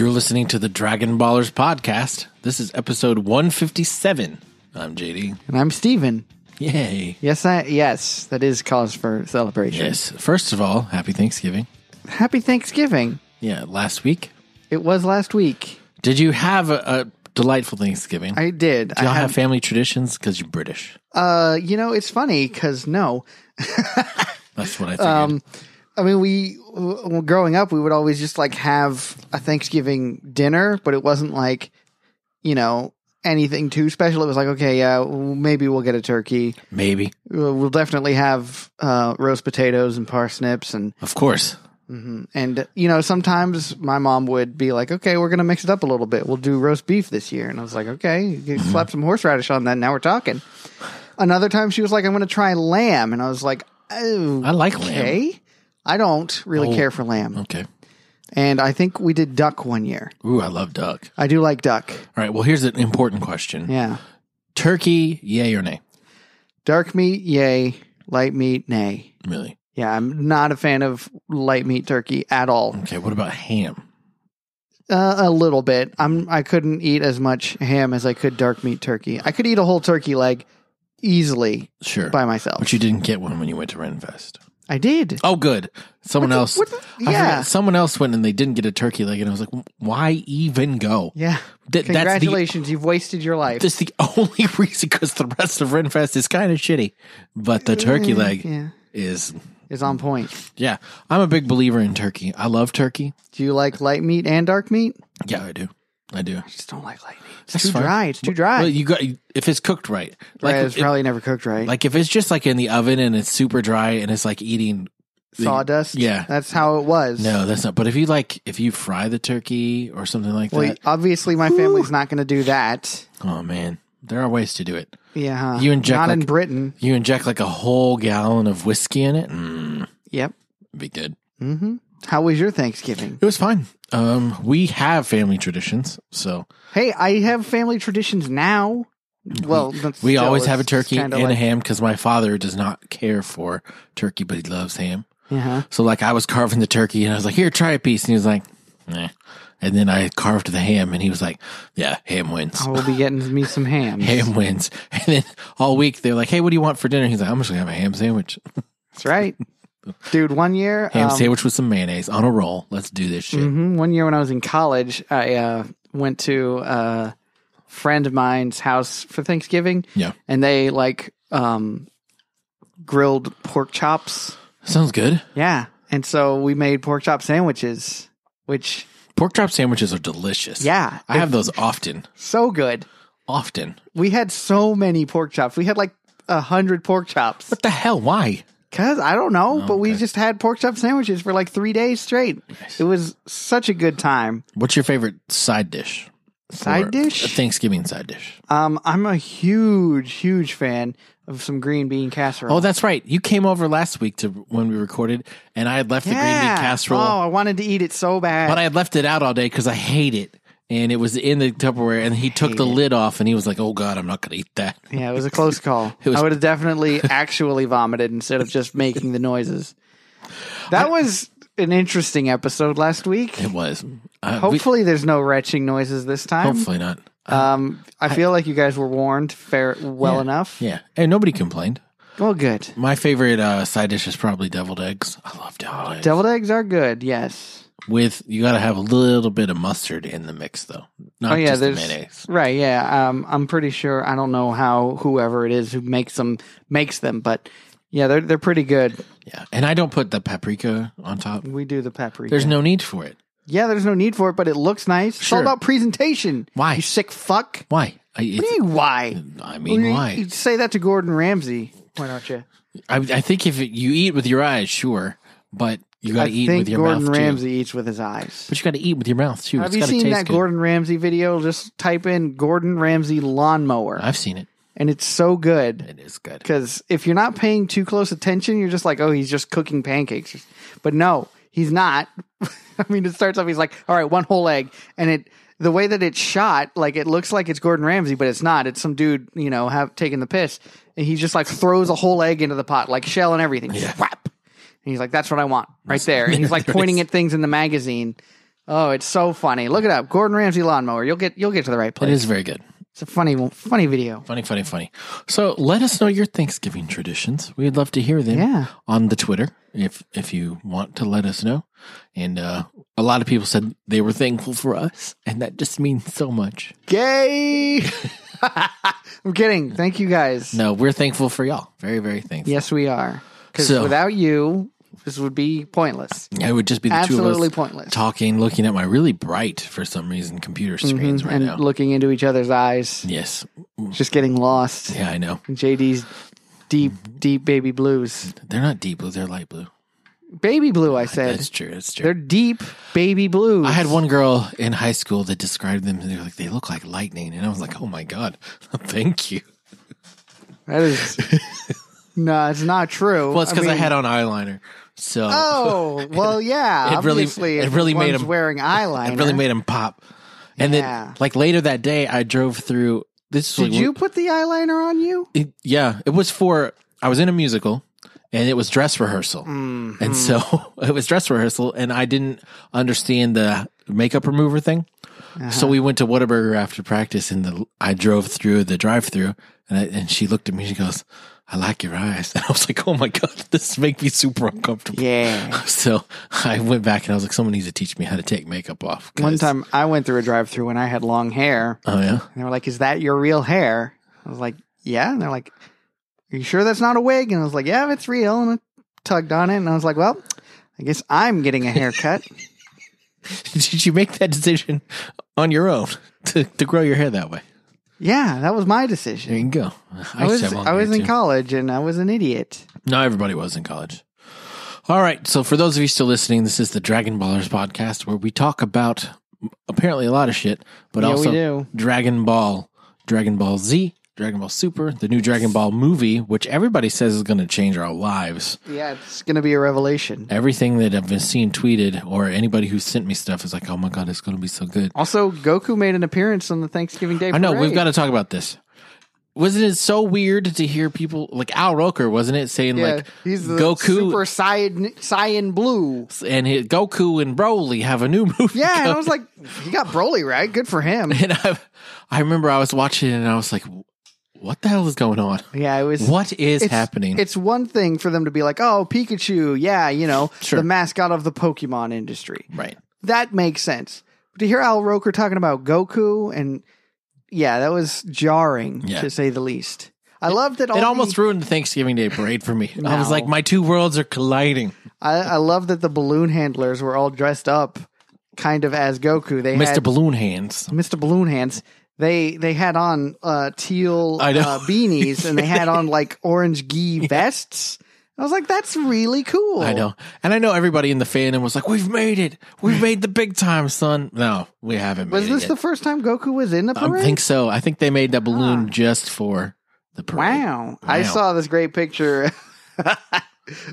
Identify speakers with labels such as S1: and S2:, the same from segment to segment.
S1: listening to the Dragon Ballers podcast. This is episode 157. I'm JD.
S2: And I'm Steven.
S1: Yay.
S2: Yes, I yes, that is cause for celebration.
S1: Yes. First of all, happy Thanksgiving.
S2: Happy Thanksgiving.
S1: Yeah, last week.
S2: It was last week.
S1: Did you have a, a delightful Thanksgiving?
S2: I did.
S1: Do y'all
S2: I
S1: have family traditions? Because you're British.
S2: uh you know, it's funny cuz no.
S1: That's what I figured.
S2: Um I mean, we w- growing up we would always just like have a Thanksgiving dinner, but it wasn't like, you know, anything too special. It was like, okay, yeah, w- maybe we'll get a turkey. Uh,
S1: Maybe.
S2: We'll we'll definitely have uh, roast potatoes and parsnips and
S1: Of course.
S2: Mhm. And you know, sometimes my mom would be like, "Okay, we're gonna mix it up a little bit. We'll do roast beef this year." And I was like, "Okay, you
S1: Mm-hmm.
S2: can slap some horseradish on that." Now we're talking. Another time, she was like, "I'm gonna try lamb," and I was like, "Oh,
S1: I like lamb. Oh.
S2: okay. I don't really care for lamb."
S1: Okay.
S2: And I think we did duck one year.
S1: Ooh, I love duck.
S2: I do like duck.
S1: All right. Well, here's an important question
S2: Yeah,
S1: Turkey, yay or nay?
S2: dark meat, yay. Light meat, nay.
S1: Really?
S2: Yeah, I'm not a fan of light meat turkey at all.
S1: Okay. What about ham?
S2: Uh, a little bit. I'm. I couldn't eat as much ham as I could dark meat turkey. I could eat a whole turkey leg easily
S1: Sure.
S2: by myself.
S1: But you didn't get one when you went to Renfest.
S2: I did.
S1: Oh, good. Someone
S2: What the-
S1: else.
S2: what the-
S1: I forgot.
S2: yeah.
S1: Someone else went and they didn't get a turkey leg, and I was like, "Why even go?"
S2: Yeah.
S1: Th- that's the
S2: Congratulations, you've wasted your life.
S1: that's the only reason because the rest of Renfest is kind of shitty, but the turkey leg
S2: Mm, yeah,
S1: is
S2: is on point.
S1: yeah. I'm a big believer in turkey. I love turkey.
S2: Do you like light meat and dark meat?
S1: Yeah, I do. I do.
S2: I just don't like light meat. It's
S1: That's
S2: too
S1: fine.
S2: dry. It's too dry.
S1: Well, you got if it's cooked right, like
S2: right, it's
S1: if,
S2: probably never cooked right.
S1: like if it's just like in the oven and it's super dry and it's like eating.
S2: Sawdust.
S1: yeah.
S2: that's how it was.
S1: No, that's not. But if you like, if you fry the turkey or something like
S2: Well,
S1: that,
S2: obviously, my family's not going to do that.
S1: oh man, there are ways to do it.
S2: Yeah, huh?
S1: You inject,
S2: not in
S1: like-
S2: Britain.
S1: You inject like a whole gallon of whiskey in it. Mm,
S2: Yep.
S1: be good.
S2: Mm-hmm. How was your Thanksgiving?
S1: It was fine. Um, we have family traditions, so
S2: Hey, I have family traditions now. Well, that's
S1: we
S2: still,
S1: always have a
S2: it's- it's
S1: turkey and
S2: kinda
S1: a
S2: like-
S1: ham because my father does not care for turkey, but he loves ham.
S2: Uh-huh.
S1: So like I was carving the turkey and I was like, "Here, try a piece," and he was like, "Nah." And then I carved the ham and he was like, "Yeah, ham wins."
S2: I will be getting me some ham.
S1: Ham wins. And then all week they're like, "Hey, what do you want for dinner?" He's like, "I'm just gonna have a ham sandwich,
S2: That's right, dude. One year,
S1: ham
S2: um,
S1: sandwich with some mayonnaise on a roll. Let's do this shit."
S2: mhm, one year when I was in college, I uh, went to a friend of mine's house for Thanksgiving.
S1: Yeah.
S2: and they like um, grilled pork chops.
S1: Sounds good.
S2: Yeah, and so we made pork chop sandwiches, which
S1: Pork chop sandwiches are delicious.
S2: yeah,
S1: I have
S2: it's
S1: those often.
S2: so good.
S1: Often.
S2: We had so many pork chops. We had like a hundred pork chops.
S1: What the hell? Why?
S2: Cause I don't know, but we
S1: okay.
S2: just had pork chop sandwiches for like three days straight. It was such a good time.
S1: What's your favorite side dish?
S2: Side
S1: Or A
S2: dish.
S1: Thanksgiving side dish.
S2: Um, I'm a huge, huge fan of some green bean casserole.
S1: Oh, that's right. You came over last week to when we recorded, and I had left the green bean casserole,
S2: Oh, I wanted to eat it so bad.
S1: but I had left it out all day because I hate it. And it was in the Tupperware, and he took the lid off, and he was like, "Oh God, I'm not going to eat that."
S2: yeah, it was a close call.
S1: was-
S2: I would have definitely actually vomited instead of just making the noises. That was an interesting episode last week.
S1: It was. I- we-
S2: Hopefully, there's no retching noises this time.
S1: hopefully not.
S2: Um, I feel like you guys were warned fair well
S1: Yeah.
S2: enough.
S1: Yeah, and nobody complained.
S2: Well, good.
S1: My favorite uh, side dish is probably deviled eggs. I love deviled eggs.
S2: Oh, Deviled eggs are good. Yes.
S1: With you got to have a little bit of mustard in the mix, though. Not
S2: oh yeah,
S1: just the
S2: there's
S1: mayonnaise.
S2: right. Yeah, um, I'm pretty sure. I don't know how whoever it is who makes them makes them, but yeah, they're they're pretty good.
S1: Yeah, and I don't put the paprika on top.
S2: We do the paprika.
S1: There's no need for it.
S2: yeah, there's no need for it, but it looks nice. It's all
S1: Sure.
S2: about presentation.
S1: Why?
S2: you sick fuck?
S1: Why? I,
S2: What do
S1: it's,
S2: you mean, why?
S1: I mean,
S2: You-
S1: why?
S2: You say that to Gordon Ramsay. Why don't you?
S1: I, I think if you eat with your eyes, sure, but you got
S2: I
S1: to eat
S2: think
S1: with your
S2: Gordon
S1: mouth too.
S2: Ramsay eats with his eyes.
S1: But you got to eat with your mouth too.
S2: Have
S1: It's
S2: you
S1: gotta
S2: seen
S1: taste
S2: that
S1: good.
S2: Gordon Ramsay video? Just type in Gordon Ramsay lawnmower,
S1: I've seen it.
S2: and it's so good.
S1: It is good.
S2: Because if you're not paying too close attention, you're just like, oh, he's just cooking pancakes. But no, he's not. I mean, it starts off, he's like, all right, one whole egg. And it, the way that it's shot, like it looks like it's Gordon Ramsay, but it's not. It's some dude, you know, have taking the piss. And he just like throws a whole egg into the pot, like shell and everything. Just whap. And he's like, that's what I want right there. And he's like
S1: There it
S2: pointing
S1: is.
S2: at things in the magazine. Oh, it's so funny. Look it up. Gordon Ramsay lawnmower. You'll get you'll get to the right
S1: It
S2: place.
S1: is very good.
S2: It's a funny funny video.
S1: Funny, funny, funny. So let us know your Thanksgiving traditions. We'd love to hear them
S2: Yeah.
S1: on the Twitter if if you want to let us know. And uh, a lot of people said they were thankful for us, and that just means so much.
S2: Gay. I'm kidding. Thank you guys.
S1: No, we're thankful for y'all. Very, very thankful.
S2: Yes, we are. Because
S1: So-
S2: without you, this would be pointless.
S1: Yeah, it would just be the two
S2: Absolutely
S1: of us
S2: pointless.
S1: talking, looking at my really bright for some reason computer screens right
S2: Mm-hmm. and
S1: now.
S2: looking into each other's eyes,
S1: yes.
S2: just getting lost.
S1: Yeah, I know.
S2: in JD's deep,
S1: Mm-hmm.
S2: deep baby blues.
S1: They're not deep blue. They're light blue.
S2: Baby blue, I said.
S1: That's true. That's true.
S2: They're deep baby blues.
S1: I had one girl in high school that described them. They were like, they look like lightning, and I was like, oh my god, thank you.
S2: That is. no, it's not true.
S1: Well, it's because I,
S2: mean-
S1: had on eyeliner, so
S2: Oh well, yeah.
S1: It really-
S2: obviously,
S1: it
S2: if
S1: really made
S2: one's
S1: him-
S2: wearing eyeliner.
S1: it really made him pop. And
S2: Yeah.
S1: then, like later that day, I drove through. This was
S2: Did
S1: like-
S2: you put the eyeliner on you?
S1: It- yeah, it was for. I was in a musical, and it was dress rehearsal,
S2: Mm-hmm.
S1: and so it was dress rehearsal, and I didn't understand the makeup remover thing.
S2: Uh-huh.
S1: So we went to Whataburger after practice, and the I drove through the drive-through, and I, and she looked at me. She goes, "I like your eyes," and I was like, "Oh my god, this makes me super uncomfortable."
S2: Yeah.
S1: So I went back and I was like, "Someone needs to teach me how to take makeup off." 'cause-
S2: One time, I went through a drive-through and I had long hair,
S1: oh yeah,
S2: and they were like, "Is that your real hair?" I was like, "Yeah," and they're like, "Are you sure that's not a wig?" And I was like, "Yeah, it's real." And I tugged on it, and I was like, "Well, I guess I'm getting a haircut."
S1: did you make that decision on your own to to grow your hair that way?
S2: yeah, that was my
S1: There
S2: decision.
S1: you go.
S2: I
S1: used
S2: was
S1: to have long
S2: I
S1: hair,
S2: was in
S1: too.
S2: college, and I was an idiot.
S1: No, everybody was in college. All right. So, for those of you still listening, this is the Dragon Ballers podcast where we talk about apparently a lot of shit, but
S2: Yeah, we
S1: also
S2: do.
S1: Dragon Ball, Dragon Ball Z, Dragon Ball Super, the new Dragon Ball movie, which everybody says is going to change our lives.
S2: Yeah, it's gonna be a revelation.
S1: Everything that I've been seeing tweeted or anybody who sent me stuff is like, oh my God, it's going to be so good.
S2: Also, Goku made an appearance on the Thanksgiving Day.
S1: I know. We've
S2: parade.
S1: got to talk about this. Wasn't it so weird to hear people like Al Roker? Wasn't it saying
S2: Yeah,
S1: like
S2: he's the
S1: Goku
S2: Super Saiyan, Saiyan Blue.
S1: and his, Goku and Broly have a new movie?
S2: Yeah, and I
S1: coming.
S2: was like, he got Broly right. Good for him.
S1: and I, I remember I was watching it and I was like, "What the hell is going on?
S2: Yeah, it was.
S1: What is
S2: it's,
S1: happening?"
S2: It's one thing for them to be like, "Oh, Pikachu, yeah, you know,
S1: Sure.
S2: the mascot of the Pokemon industry."
S1: right.
S2: That makes sense. But to hear Al Roker talking about Goku and yeah, that was jarring
S1: Yeah.
S2: to say the least. I love that. All
S1: It
S2: the-
S1: almost ruined the Thanksgiving Day parade for me. I was
S2: No.
S1: like, "My two worlds are colliding."
S2: I, I love that the balloon handlers were all dressed up, kind of as Goku. They
S1: Mr.
S2: had
S1: Balloon Hands.
S2: Mr. Balloon Hands. They they had on uh, teal
S1: I know.
S2: uh, beanies and they had on like orange gi vests. I was like, that's really cool.
S1: I know, and I know everybody in the fandom was like, "We've made it! We've made the big time, son!" No, we haven't. Made
S2: Was
S1: it
S2: this
S1: yet.
S2: the first time Goku was in a
S1: I
S2: parade?
S1: think so. I think they made that balloon just for the parade.
S2: Wow. I
S1: Wow.
S2: saw this great picture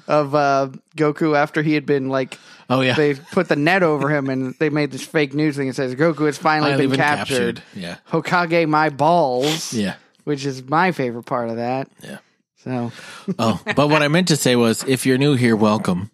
S2: of uh, Goku after he had been like
S1: Oh yeah,
S2: they put the net over him and they made this fake news thing that says Goku has finally
S1: Finally
S2: been, captured.
S1: Yeah,
S2: Hokage my balls.
S1: yeah,
S2: Which is my favorite part of that.
S1: yeah.
S2: So
S1: Oh, but what I meant to say was, if you're new here, welcome,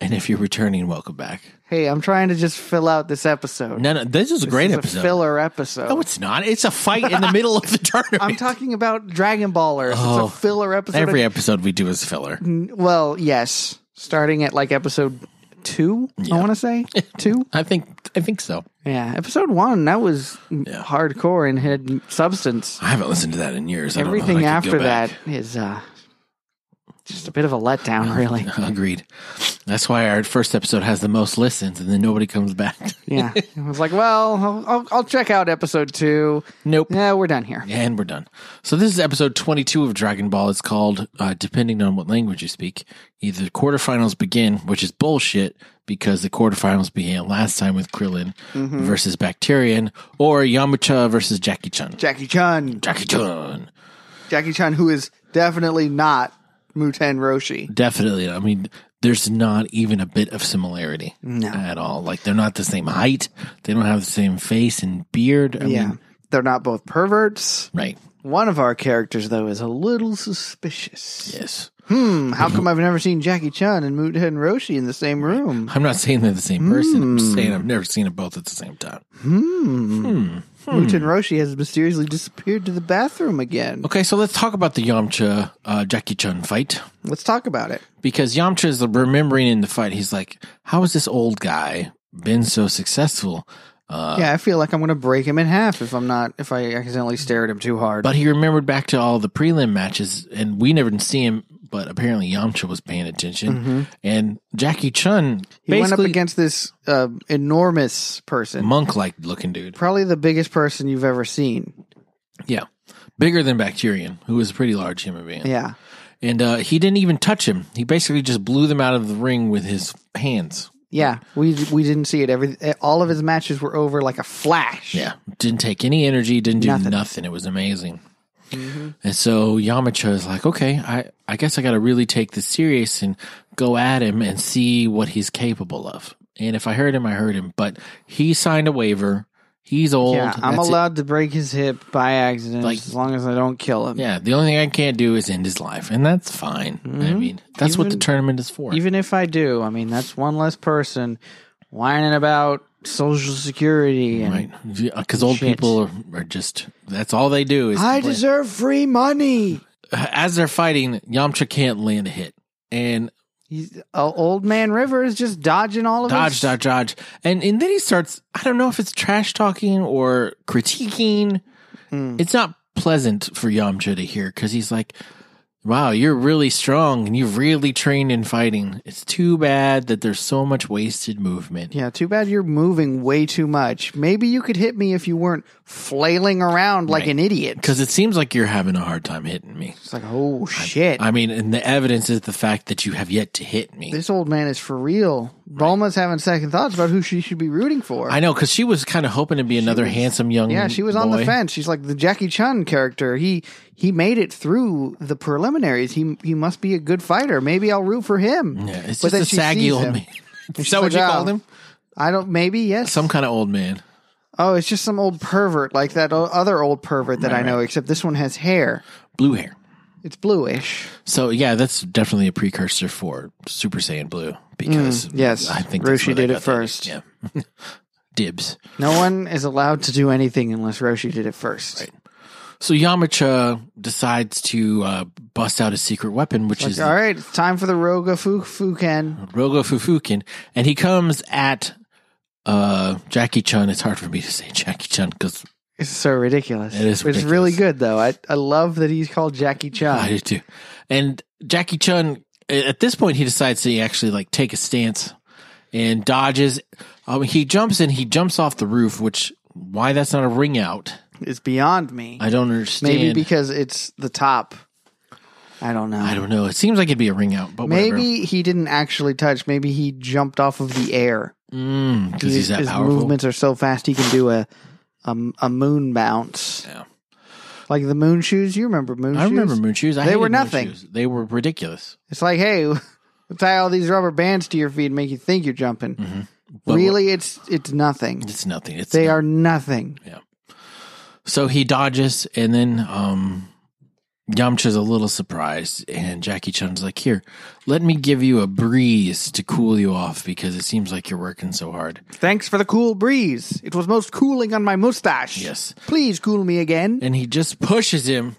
S1: and if you're returning, welcome back.
S2: hey, I'm trying to just fill out this episode.
S1: No, no, this is a great
S2: It's
S1: episode.
S2: a filler episode.
S1: no, it's not. It's a fight in the middle of the tournament.
S2: I'm talking about Dragon Ballers.
S1: Oh.
S2: it's a filler episode.
S1: Every episode we do is filler.
S2: well, yes, starting at like episode two. I want to say two.
S1: I think. I think so.
S2: Yeah, episode one that was hardcore and had substance.
S1: I haven't listened to that in years. I don't know if I
S2: Everything
S1: could go
S2: after that
S1: back.
S2: is uh, just a bit of a letdown, really.
S1: Agreed. That's why our first episode has the most listens, and then nobody comes back.
S2: yeah, I was like, well, I'll, I'll, I'll check out episode two.
S1: nope.
S2: Yeah, we're done here.
S1: And we're done. So this is episode 22 of Dragon Ball. It's called, uh, depending on what language you speak, either quarterfinals begin, which is bullshit because the quarterfinals began last time with Krillin versus Bacterian, or Yamcha versus Jackie Chun.
S2: Jackie Chan,
S1: Jackie Chun.
S2: Jackie Chan, who is definitely not Muten Roshi.
S1: Definitely. I mean, there's not even a bit of similarity at all. Like they're not the same height. They don't have the same face and beard. I
S2: Yeah,
S1: mean,
S2: they're not both perverts.
S1: right.
S2: One of our characters, though, is a little suspicious.
S1: Yes.
S2: Hmm, how come I've never seen Jackie Chan and Muta and Roshi in the same room?
S1: I'm not saying they're the same person. I'm saying I've never seen them both at the same time. Hmm.
S2: Muta and Roshi has mysteriously disappeared to the bathroom again.
S1: Okay, so let's talk about the Yamcha uh, Jackie Chun fight.
S2: Let's talk about it.
S1: because Yamcha is remembering in the fight. He's like, "How has this old guy been so successful?" Uh.
S2: yeah, I feel like I'm going to break him in half if I'm not if I accidentally stare at him too hard.
S1: But he remembered back to all the prelim matches, and we never see him. But apparently, Yamcha was paying attention, and Jackie Chun
S2: Mm-hmm. he went up
S1: basically
S2: against this uh, enormous person,
S1: monk like looking dude,
S2: probably the biggest person you've ever seen.
S1: yeah, bigger than Bacterian, who was a pretty large human being,
S2: Yeah,
S1: and uh, he didn't even touch him. He basically just blew them out of the ring with his hands.
S2: yeah. We we didn't see it. Every all of his matches were over like a flash.
S1: Yeah, didn't take any energy, didn't do
S2: Nothing. Mm-hmm.
S1: nothing. It was amazing. And so Yamcha is like, okay, I, I guess I got to really take this serious and go at him and see what he's capable of. And if I hurt him, I hurt him. But he signed a waiver. He's old.
S2: yeah. I'm
S1: That's it.
S2: allowed to break his hip by accident
S1: Like-
S2: as long as I don't kill him.
S1: Yeah, the only thing I can't do is end his life, and that's fine. I mean, that's what the
S2: Mm-hmm. Even-
S1: tournament is for.
S2: Even if I do, I mean that's one less person whining about social security and
S1: right? Because old
S2: Shit.
S1: people are, are just—that's all they do is
S2: I
S1: complain.
S2: deserve free money.
S1: As they're fighting, Yamcha can't land a hit, and
S2: He's, uh, old man River is just dodging all of
S1: dodge,
S2: us.
S1: dodge, dodge, and and then he starts. I don't know if it's trash talking or critiquing.
S2: Hmm.
S1: It's not pleasant for Yamcha to hear because he's like, "Wow, you're really strong and you've really trained in fighting. It's too bad that there's so much wasted movement."
S2: Yeah, too bad you're moving way too much. Maybe you could hit me if you weren't flailing around like
S1: Right.
S2: an idiot.
S1: Because it seems like you're having a hard time hitting me.
S2: It's like, oh shit.
S1: I mean, and the evidence is the fact that you have yet to hit me.
S2: this old man is for real. Bulma's having second thoughts about who she should be rooting for.
S1: I know, because she was kind of hoping to be another handsome young.
S2: yeah, she was on the
S1: boy.
S2: fence. She's like the Jackie Chan character. He he made it through the preliminaries. He he must be a good fighter. Maybe I'll root for him.
S1: Yeah, it's
S2: But
S1: just
S2: then
S1: a
S2: she
S1: saggy
S2: sees
S1: old
S2: him.
S1: man. Is
S2: she's
S1: that what
S2: like,
S1: you
S2: "Oh."
S1: called him?
S2: I don't. Maybe yes.
S1: Some kind of old man.
S2: oh, it's just some old pervert like that o- other old pervert that I know. Except this one has hair.
S1: blue hair.
S2: It's bluish.
S1: So yeah, that's definitely a precursor for Super Saiyan Blue because
S2: Mm, yes.
S1: I think
S2: Roshi
S1: that's where they
S2: did it
S1: got that name.
S2: first.
S1: Yeah, dibs.
S2: No one is allowed to do anything unless Roshi did it first.
S1: So Yamcha decides to uh, bust out a secret weapon, which is
S2: Like, all right, it's time for the Roga Fu- Fuken.
S1: Rogo Fufukin, and he comes at uh, Jackie Chun. It's hard for me to say Jackie Chun because
S2: It's so ridiculous.
S1: It is
S2: It's really
S1: ridiculous.
S2: good though. I, I love that he's called Jackie
S1: I
S2: Chan.
S1: do too. And Jackie Chun, at this point, he decides to actually like take a stance and dodges. Um, he jumps and he jumps off the roof, which why that's not a ring out.
S2: It's beyond me.
S1: I don't understand.
S2: Maybe because it's the top. I don't know.
S1: I don't know. It seems like it'd be a ring out, but
S2: Maybe he didn't actually touch. Maybe he jumped off of the air.
S1: because he's
S2: his
S1: that
S2: his
S1: powerful.
S2: movements are so fast he can do a a, a moon bounce.
S1: Yeah.
S2: Like the moon shoes. You remember moon
S1: I
S2: shoes?
S1: remember moon shoes. I
S2: They
S1: hated
S2: were
S1: moon
S2: nothing.
S1: shoes. They were ridiculous.
S2: It's like, hey, we'll tie all these rubber bands to your feet and make you think you're jumping.
S1: Mm-hmm. But
S2: really, it's it's nothing.
S1: It's nothing. It's
S2: They are nothing.
S1: so he dodges, and then um, Yamcha's a little surprised, and Jackie Chun's like, "Here, let me give you a breeze to cool you off because it seems like you're working so hard."
S2: Thanks for the cool breeze. It was most cooling on my mustache.
S1: Yes.
S2: Please cool me again.
S1: and he just pushes him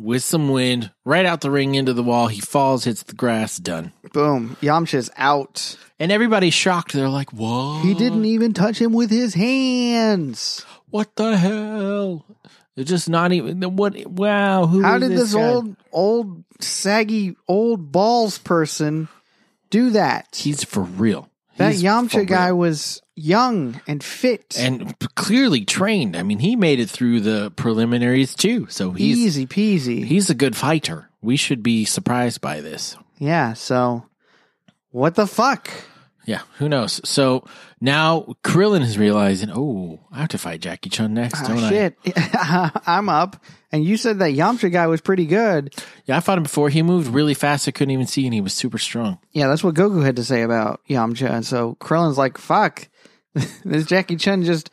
S1: with some wind right out the ring into the wall. He falls, hits the grass, done.
S2: Boom. Yamcha's out.
S1: And everybody's shocked. They're like, "Whoa!"
S2: He didn't even touch him with his hands.
S1: What the hell? It's just not even what. Wow, who?
S2: How
S1: is
S2: did this,
S1: guy?
S2: old, old, saggy, old balls person do that?
S1: He's for real.
S2: That
S1: He's for real.
S2: Yamcha guy was young and fit.
S1: and p- clearly trained. I mean, he made it through the preliminaries too, so he's
S2: Easy peasy.
S1: he's a good fighter. We should be surprised by this.
S2: Yeah, so what the fuck?
S1: Yeah, who knows? So now Krillin is realizing, oh, I have to fight Jackie Chun next,
S2: Ah,
S1: don't I?
S2: shit. I'm up. And you said that Yamcha guy was pretty good.
S1: Yeah, I fought him before. He moved really fast. I couldn't even see, and he was super strong.
S2: Yeah, that's what Goku had to say about Yamcha. And so Krillin's like, fuck. this Jackie Chun just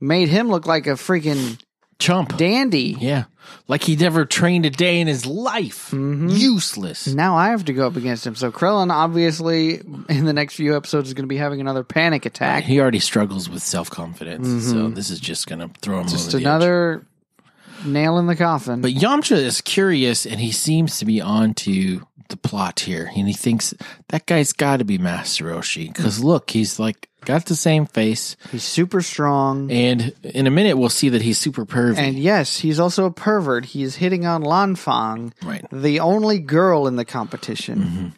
S2: made him look like a freaking
S1: chump.
S2: Dandy.
S1: yeah. Like he never trained a day in his life.
S2: Mm-hmm.
S1: Useless.
S2: Now I have to go up against him. So Krellin, obviously, in the next few episodes, is going to be having another panic attack.
S1: He already struggles with self confidence, so this is just gonna throw him
S2: Mm-hmm. Just
S1: over the edge.
S2: another nail in the coffin.
S1: But Yamcha is curious, and he seems to be onto the plot here, and he thinks that guy's got to be Master Roshi
S2: Mm.
S1: because look, he's like got the same face,
S2: he's super strong.
S1: and in a minute we'll see that he's super pervy.
S2: And yes, he's also a pervert. He's hitting on Lanfang,
S1: Right. Mm-hmm.
S2: the only girl in the competition.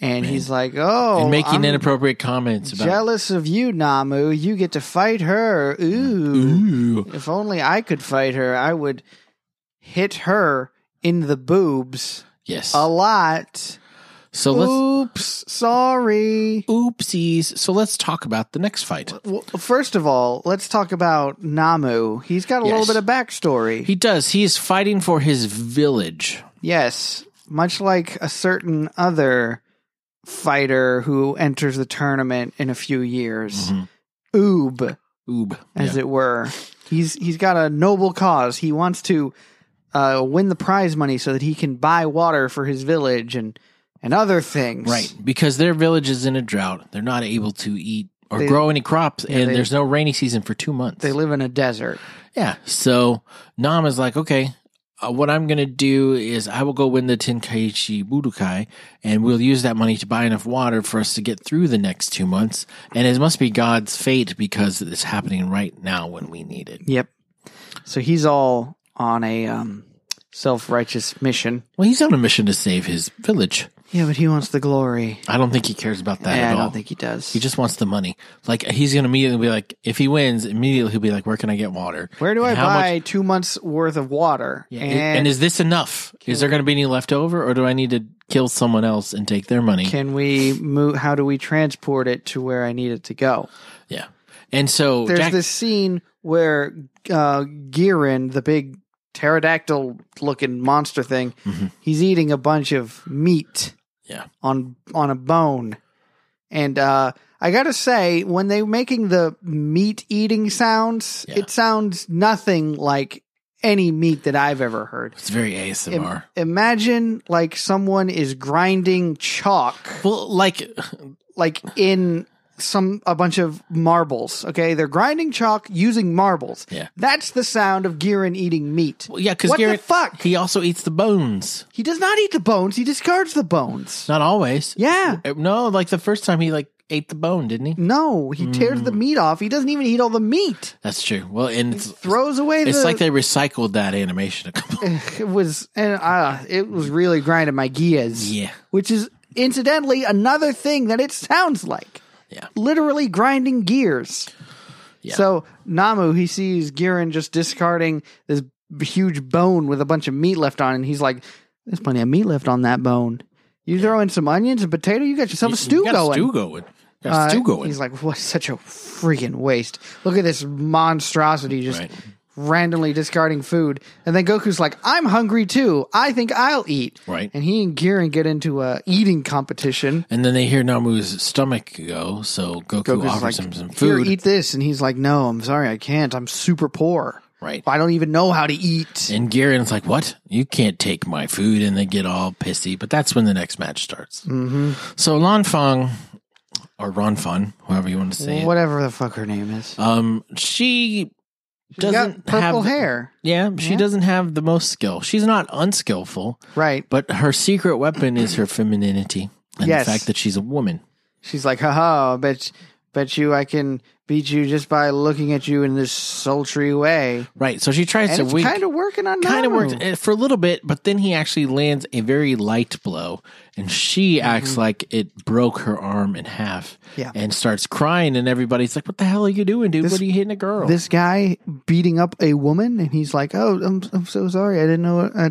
S2: And he's like, "Oh,
S1: and making
S2: I'm
S1: inappropriate comments about
S2: jealous of you, Namu. You get to fight her.
S1: Mm-hmm.
S2: Ooh,
S1: Ooh.
S2: if only I could fight her. I would hit her in the boobs
S1: yes.
S2: a lot.
S1: so let's
S2: Oops, sorry."
S1: oopsies. So let's talk about the next fight.
S2: Well, first of all, let's talk about Namu. He's got a little
S1: Yes.
S2: bit of backstory.
S1: He does. He is fighting for his village.
S2: Yes, much like a certain other fighter who enters the tournament in a few years.
S1: Mm-hmm.
S2: Oob,
S1: Oob.
S2: as it were. He's he's got a noble cause. He wants to uh, win the prize money so that he can buy water for his village and and other things.
S1: Right, because their village is in a drought. They're not able to eat or
S2: They-
S1: grow any crops, and
S2: they-
S1: there's no rainy season for two months.
S2: They live in a desert.
S1: yeah, so Nam is like, okay, uh, what I'm going to do is I will go win the Tenkaichi Budokai, and we'll use that money to buy enough water for us to get through the next two months. And it must be God's fate because it's happening right now when we need it.
S2: Yep. So he's all on a um, self righteous mission.
S1: Well, he's on a mission to save his village.
S2: Yeah, but he wants the glory.
S1: I don't think he cares about that
S2: Yeah,
S1: at
S2: I
S1: all.
S2: don't think he does.
S1: He just wants the money. Like he's gonna immediately be like, if he wins, immediately he'll be like, where can I get water?
S2: Where do
S1: And
S2: I
S1: how much-
S2: buy two months worth of water?
S1: Yeah, and,
S2: and
S1: and is this enough? Is there gonna be any left over, or do I need to kill someone else and take their money?
S2: can we move? How do we transport it to where I need it to go?
S1: yeah. And so
S2: There's
S1: Jack,
S2: this scene where uh, Girin, the big pterodactyl-looking monster thing,
S1: Mhm.
S2: he's eating a bunch of meat.
S1: Yeah.
S2: on on a bone, and uh, I gotta say, when they're making the meat eating sounds,
S1: Yeah.
S2: it sounds nothing like any meat that I've ever heard.
S1: it's very
S2: Im-
S1: ASMR.
S2: imagine like someone is grinding chalk
S1: well, like
S2: like in some a bunch of marbles okay they're grinding chalk using marbles
S1: Yeah.
S2: that's the sound of Giran eating meat
S1: well, yeah, because
S2: what the fuck
S1: he also eats the bones.
S2: he does not eat the bones he discards the bones
S1: Not always.
S2: yeah
S1: Uh, No, like the first time he like ate the bone, didn't he?
S2: no he tears the meat off he doesn't even eat all the meat
S1: That's true. Well, and it's
S2: throws away
S1: it's
S2: the
S1: like they recycled that animation a couple.
S2: it was and uh, it was really grinding my gears
S1: yeah.
S2: which is incidentally another thing that it sounds like.
S1: Yeah.
S2: Literally grinding gears.
S1: Yeah.
S2: So Namu, he sees Giran just discarding this b- huge bone with a bunch of meat left on, it, and he's like, "There's plenty of meat left on that bone. You throw in some onions and potato, you got yourself a stew
S1: You got
S2: going."
S1: Stew going. You got
S2: Uh,
S1: stew going.
S2: He's like, "What? Such a freaking waste! Look at this monstrosity just
S1: Right.
S2: randomly discarding food." And then Goku's like, "I'm hungry too. I think I'll eat."
S1: Right.
S2: And he and Giran get into a eating competition.
S1: And then they hear Namu's stomach go, so Goku
S2: Goku's
S1: offers
S2: like,
S1: him some
S2: Here,
S1: food.
S2: eat this, and he's like, "No, I'm sorry, I can't. I'm super poor.
S1: right.
S2: I don't even know how to eat."
S1: And Garen's like, "What? You can't take my food!" And they get all pissy. But that's when the next match starts. Mm-hmm. So Lanfang, or Ronfan, however you want to say
S2: Whatever the fuck her name is,
S1: it, um, she
S2: She's got
S1: doesn't
S2: purple
S1: have
S2: hair,
S1: Yeah, she
S2: Yeah.
S1: doesn't have the most skill. She's not unskillful,
S2: right?
S1: but her secret weapon is her femininity and
S2: Yes.
S1: the fact that she's a woman.
S2: She's like, "Haha, bet, bet you I can beat you just by looking at you in this sultry way."
S1: Right. So she tries
S2: And
S1: to
S2: it's
S1: weak.
S2: kind of working on
S1: kind of
S2: Namu.
S1: worked uh, for a little bit, but then he actually lands a very light blow, and she acts like it broke her arm in half,
S2: Mm-hmm. Yeah.
S1: and starts crying, and everybody's like, "What the hell are you doing, dude?
S2: This-
S1: what are you hitting a girl?"
S2: This guy beating up a woman, and he's like, "Oh, I'm, I'm so sorry. I didn't know I,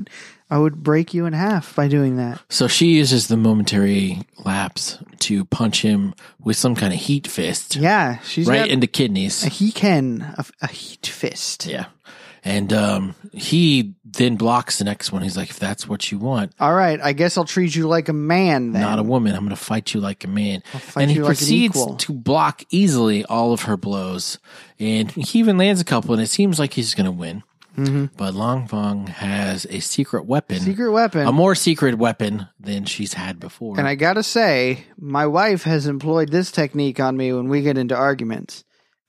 S2: I would break you in half by doing that."
S1: so she uses the momentary lapse to punch him with some kind of heat fist
S2: Yeah, she's
S1: right
S2: got
S1: into
S2: a
S1: kidneys.
S2: he can a, a heat fist.
S1: Yeah. And um, he then blocks the next one. He's like, "If that's what you want,
S2: All right, I guess I'll treat you like a man then.
S1: not a woman. I'm going to fight you like a man.
S2: fight
S1: And he
S2: you like an
S1: proceeds
S2: equal.
S1: to block easily all of her blows. And he even lands a couple, and it seems like he's going to win. But Long Fong has a secret weapon,
S2: Mm-hmm. Secret weapon.
S1: a more secret weapon than she's had before.
S2: And I gotta say, my wife has employed this technique on me when we get into arguments,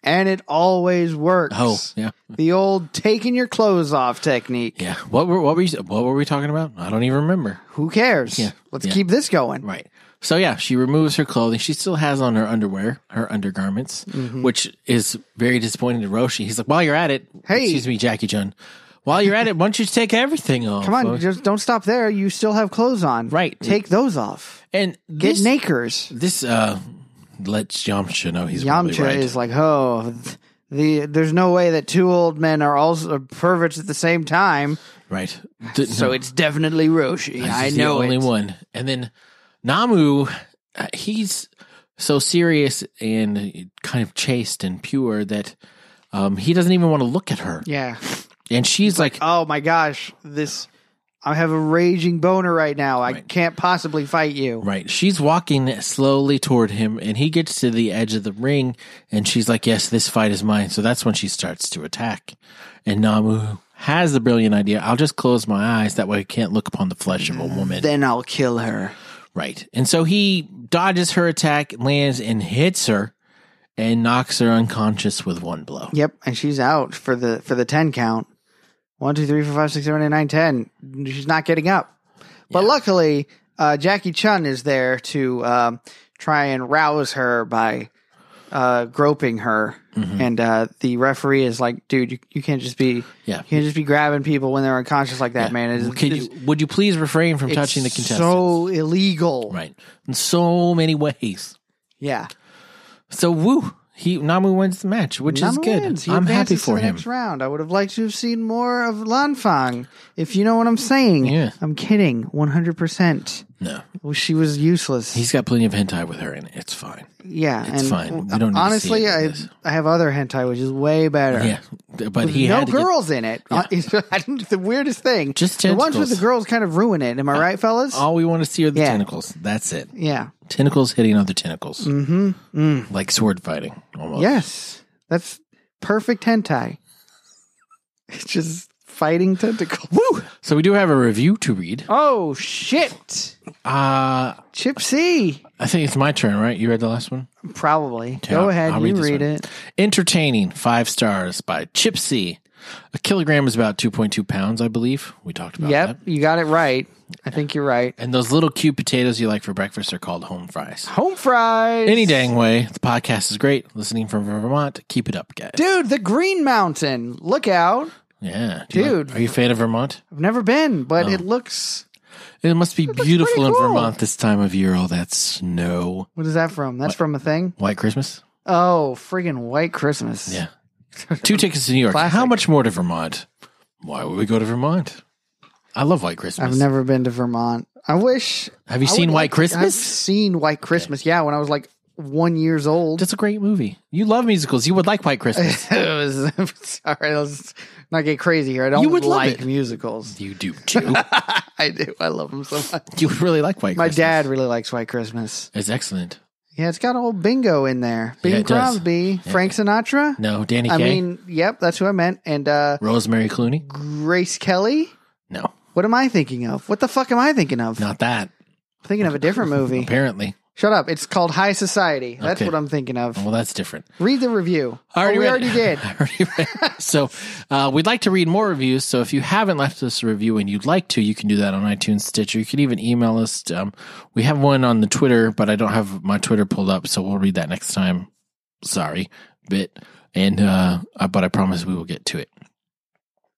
S2: and it always works.
S1: oh yeah,
S2: The old taking your clothes off technique.
S1: yeah. What were what were you, what were we talking about? I don't even remember.
S2: Who cares?
S1: Yeah.
S2: Let's
S1: Yeah.
S2: keep this going.
S1: Right. So yeah, she removes her clothing. She still has on her underwear, her undergarments,
S2: Mm-hmm.
S1: which is very disappointing to Roshi. He's like, while you're at it,
S2: Hey.
S1: excuse me, Jackie Jun, while you're at it, why don't you take everything off?
S2: Come on,
S1: folks?"
S2: just don't stop there. You still have clothes on.
S1: Right.
S2: Take those off.
S1: and
S2: Get
S1: this,
S2: nakers.
S1: this uh, lets Yamcha know he's probably
S2: Yamcha
S1: right.
S2: is like, oh, th- the there's no way that two old men are all s- are perverts at the same time.
S1: right.
S2: So it's definitely Roshi. I know
S1: the only
S2: it.
S1: one. And then Namu, uh, he's so serious and kind of chaste and pure that um, he doesn't even want to look at her,
S2: Yeah.
S1: and she's like,
S2: Oh my gosh, this. I have a raging boner right now. I can't possibly fight you.
S1: Right. She's walking slowly toward him and he gets to the edge of the ring and she's like, Yes, this fight is mine. So that's when she starts to attack. And Namu has the brilliant idea I'll just close my eyes. That way I can't look upon the flesh of a woman.
S2: Then I'll kill her.
S1: Right. And so he dodges her attack, lands and hits her and knocks her unconscious with one blow.
S2: Yep, and she's out for the for the ten count. One, two, three, four, five, six, seven, eight, nine, ten. She's not getting up. But luckily, uh, Jackie Chun is there to um, try and rouse her by uh, groping her.
S1: Mm-hmm.
S2: And uh, the referee is like, "Dude, you, you can't just be
S1: Yeah.
S2: you can't just be grabbing people when they're unconscious like that, man. It's,
S1: Could you, would you please refrain from
S2: it's
S1: touching the contestant?
S2: so illegal.
S1: right. In so many ways.
S2: Yeah,
S1: So woo. He Namu wins the match, which is
S2: Namu
S1: good.
S2: wins. He
S1: I'm happy
S2: advances to
S1: for
S2: the
S1: him.
S2: Next round. I would have liked to have seen more of Lanfang, if you know what I'm saying.
S1: Yeah.
S2: I'm kidding. 100. percent
S1: No.
S2: She was useless.
S1: He's got plenty of hentai with her in it. It's fine.
S2: yeah,
S1: it's
S2: and
S1: fine. We don't need to see
S2: honestly,
S1: it in
S2: I
S1: this.
S2: I have other hentai, which is way better.
S1: Yeah, but he
S2: no
S1: had to get-
S2: girls in it. I didn't- the weirdest thing.
S1: Just
S2: the ones with
S1: tentacles. Uh, oh.
S2: the girls kind of ruin it. Am I right, fellas?
S1: all we want to see are the
S2: Yeah.
S1: tentacles. That's it.
S2: yeah.
S1: Tentacles hitting other tentacles. Mm-hmm.
S2: Mm.
S1: Like sword fighting. Almost.
S2: Yes, that's perfect hentai. It's just fighting tentacles. Woo!
S1: So we do have a review to read.
S2: Oh shit!
S1: Uh
S2: Chip C.
S1: I think it's my turn, right? You read the last one.
S2: Probably. Go
S1: I'll-
S2: ahead.
S1: I'll
S2: you
S1: read this
S2: read,
S1: one.
S2: it.
S1: Entertaining, five stars by Chipsy. A kilogram is about two point two pounds, I believe. We talked about
S2: Yep,
S1: that.
S2: you got it right. I think you're right.
S1: And those little cute potatoes you like for breakfast are called home fries.
S2: Home fries.
S1: Any dang way, the podcast is great. Listening from Vermont, keep it up, guys.
S2: Dude, the Green Mountain. Look out.
S1: Yeah, Do you like-
S2: Dude.
S1: are you a fan of Vermont?
S2: I've never been, but
S1: Oh.
S2: it looks.
S1: It must be beautiful in
S2: pretty cool.
S1: Vermont this time of year. All that snow,
S2: What is that from? That's from a thing?
S1: White Christmas.
S2: Oh, friggin' White Christmas.
S1: Yeah, two tickets to New York.
S2: Classic.
S1: How much more to Vermont? Why would we go to Vermont? I love White Christmas.
S2: I've never been to Vermont. I wish.
S1: Have you
S2: I
S1: seen White
S2: would like- I've
S1: Christmas?
S2: seen White Christmas. Yeah, when I was like one years old.
S1: That's a great movie. You love musicals. You would like White Christmas.
S2: it was, sorry, let's not get crazy here. I don't
S1: You would love
S2: like
S1: it.
S2: musicals.
S1: you do too.
S2: I do. I love them so much.
S1: you would really like White
S2: My
S1: Christmas.
S2: dad really likes White Christmas.
S1: is excellent.
S2: Yeah, it's got old bingo in there. Bing
S1: it does.
S2: Crosby, Frank Sinatra.
S1: No, Danny
S2: I
S1: Kaye,
S2: mean, yep, that's who I meant. And uh,
S1: Rosemary Clooney.
S2: Grace Kelly.
S1: No,
S2: What am I thinking of? What the fuck am I thinking of?
S1: not that.
S2: I'm thinking of a different movie.
S1: Apparently,
S2: Shut up. It's called High Society. That's
S1: Okay.
S2: what I'm thinking of.
S1: well, that's different.
S2: Read the review.
S1: I
S2: oh, we
S1: read-
S2: already did.
S1: I already read. So uh, we'd like to read more reviews. So if you haven't left us a review and you'd like to, you can do that on iTunes, Stitcher. You can even email us. Um, we have one on the Twitter, but I don't have my Twitter pulled up, so we'll read that next time. Sorry, bit. And uh, uh, but I promise we will get to it.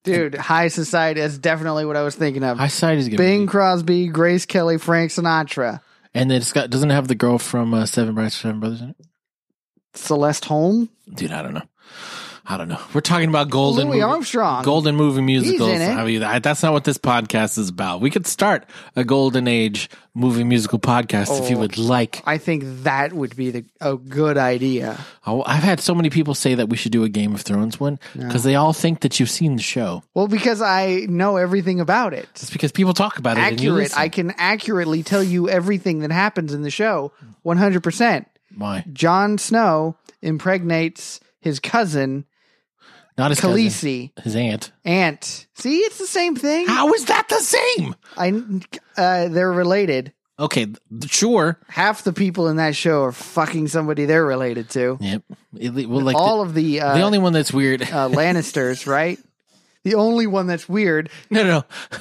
S2: Dude, High Society is definitely what I was thinking of.
S1: High side is good.
S2: Bing Crosby, Grace Kelly, Frank Sinatra,
S1: And it's got doesn't it have the girl from uh, Seven Brides for Seven Brothers in it.
S2: Celeste Holm,
S1: Dude, I don't know. I don't know. We're talking about golden
S2: Louis
S1: movie-
S2: Armstrong.
S1: golden movie musicals.
S2: in it.
S1: I mean, I, that's not what this podcast is about. We could start a golden age movie musical podcast if you
S2: Oh.
S1: would like.
S2: I think that would be the, a good idea.
S1: Oh, I've had so many people say that we should do a Game of Thrones one because they all think that you've seen the show.
S2: Well, because I know everything about it.
S1: It's because people talk about it. And you
S2: accurate.
S1: listen.
S2: I can accurately tell you everything that happens in the show 100%.
S1: Why?
S2: Jon Snow impregnates his cousin
S1: Not his cousin,
S2: Khaleesi,
S1: his aunt.
S2: Ant. See, it's the same thing.
S1: How is that the same?
S2: I, uh, they're related.
S1: Okay, th- sure.
S2: Half the people in that show are fucking somebody they're related to.
S1: Yep. It- well, like
S2: All of the
S1: the,
S2: uh,
S1: the only one that's weird.
S2: uh, Lannisters, right? The only one that's weird.
S1: no, no, no.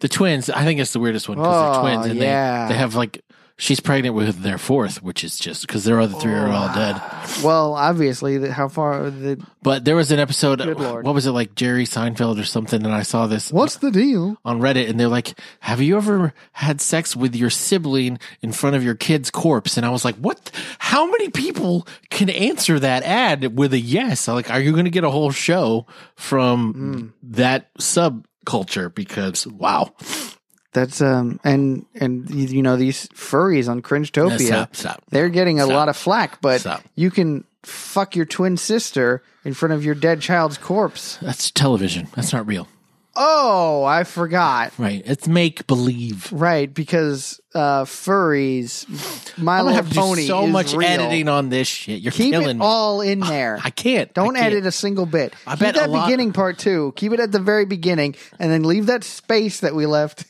S1: the twins. I think it's the weirdest one because
S2: Oh,
S1: they're twins and
S2: yeah.
S1: they they have like she's pregnant with their fourth, which is just because their other three are
S2: Oh.
S1: all dead.
S2: Well, obviously, the, how far the
S1: But there was an episode.
S2: Good Lord.
S1: What was it like Jerry Seinfeld or something? And I saw this
S2: what's the deal?
S1: on Reddit, and they're like, "Have you ever had sex with your sibling in front of your kid's corpse?" And I was like, "What? How many people can answer that ad with a yes?" I'm like, are you going to get a whole show from
S2: Hmm.
S1: that subculture? Because wow,
S2: That's um and and y- you know these furries on Cringetopia,
S1: stop, stop.
S2: they're getting a lot of flack, but
S1: Stop.
S2: you can fuck your twin sister in front of your dead child's corpse.
S1: That's television. That's not real,
S2: Oh, I forgot.
S1: right? It's make believe.
S2: Right, because uh furries, My
S1: I'm gonna
S2: Little
S1: have to
S2: Pony
S1: do so
S2: is
S1: much
S2: real.
S1: editing on this shit. You're
S2: Keep
S1: killing
S2: it
S1: me.
S2: all in there.
S1: I can't. I
S2: Don't
S1: can't.
S2: edit a single bit.
S1: I
S2: Keep
S1: bet a
S2: that
S1: lot-
S2: beginning part too. Keep it at the very beginning, and then leave that space that we left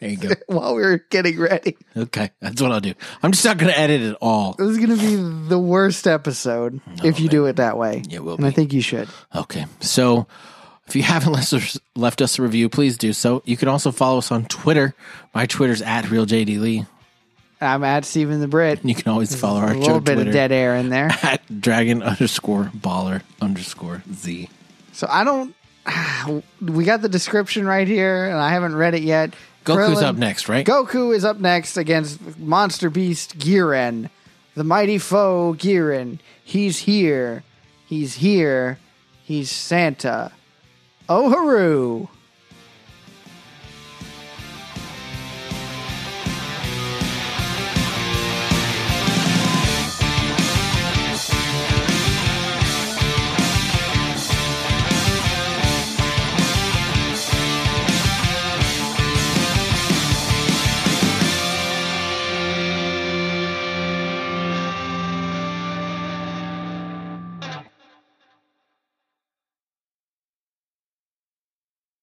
S1: There you go.
S2: while we were getting ready.
S1: Okay, that's what I'll do. I'm just not going to edit at all.
S2: This is going to be the worst episode if you do it that way.
S1: Oh, It will
S2: and I think you should.
S1: Okay. So if you haven't left us, left us a review, please do so. You can also follow us on Twitter. My Twitter's at RealJDLee.
S2: I'm at Stephen the Brit.
S1: You can always follow our
S2: A little
S1: show
S2: bit
S1: Twitter
S2: of dead air in there.
S1: at dragon underscore baller underscore Z.
S2: So I don't. We got the description right here, and I haven't read it yet.
S1: Goku's
S2: Krillin-
S1: up next, right?
S2: Goku is up next against Monster Beast Giren, the mighty foe Giren. He's here. He's here. He's Santa. Oh, hooroo.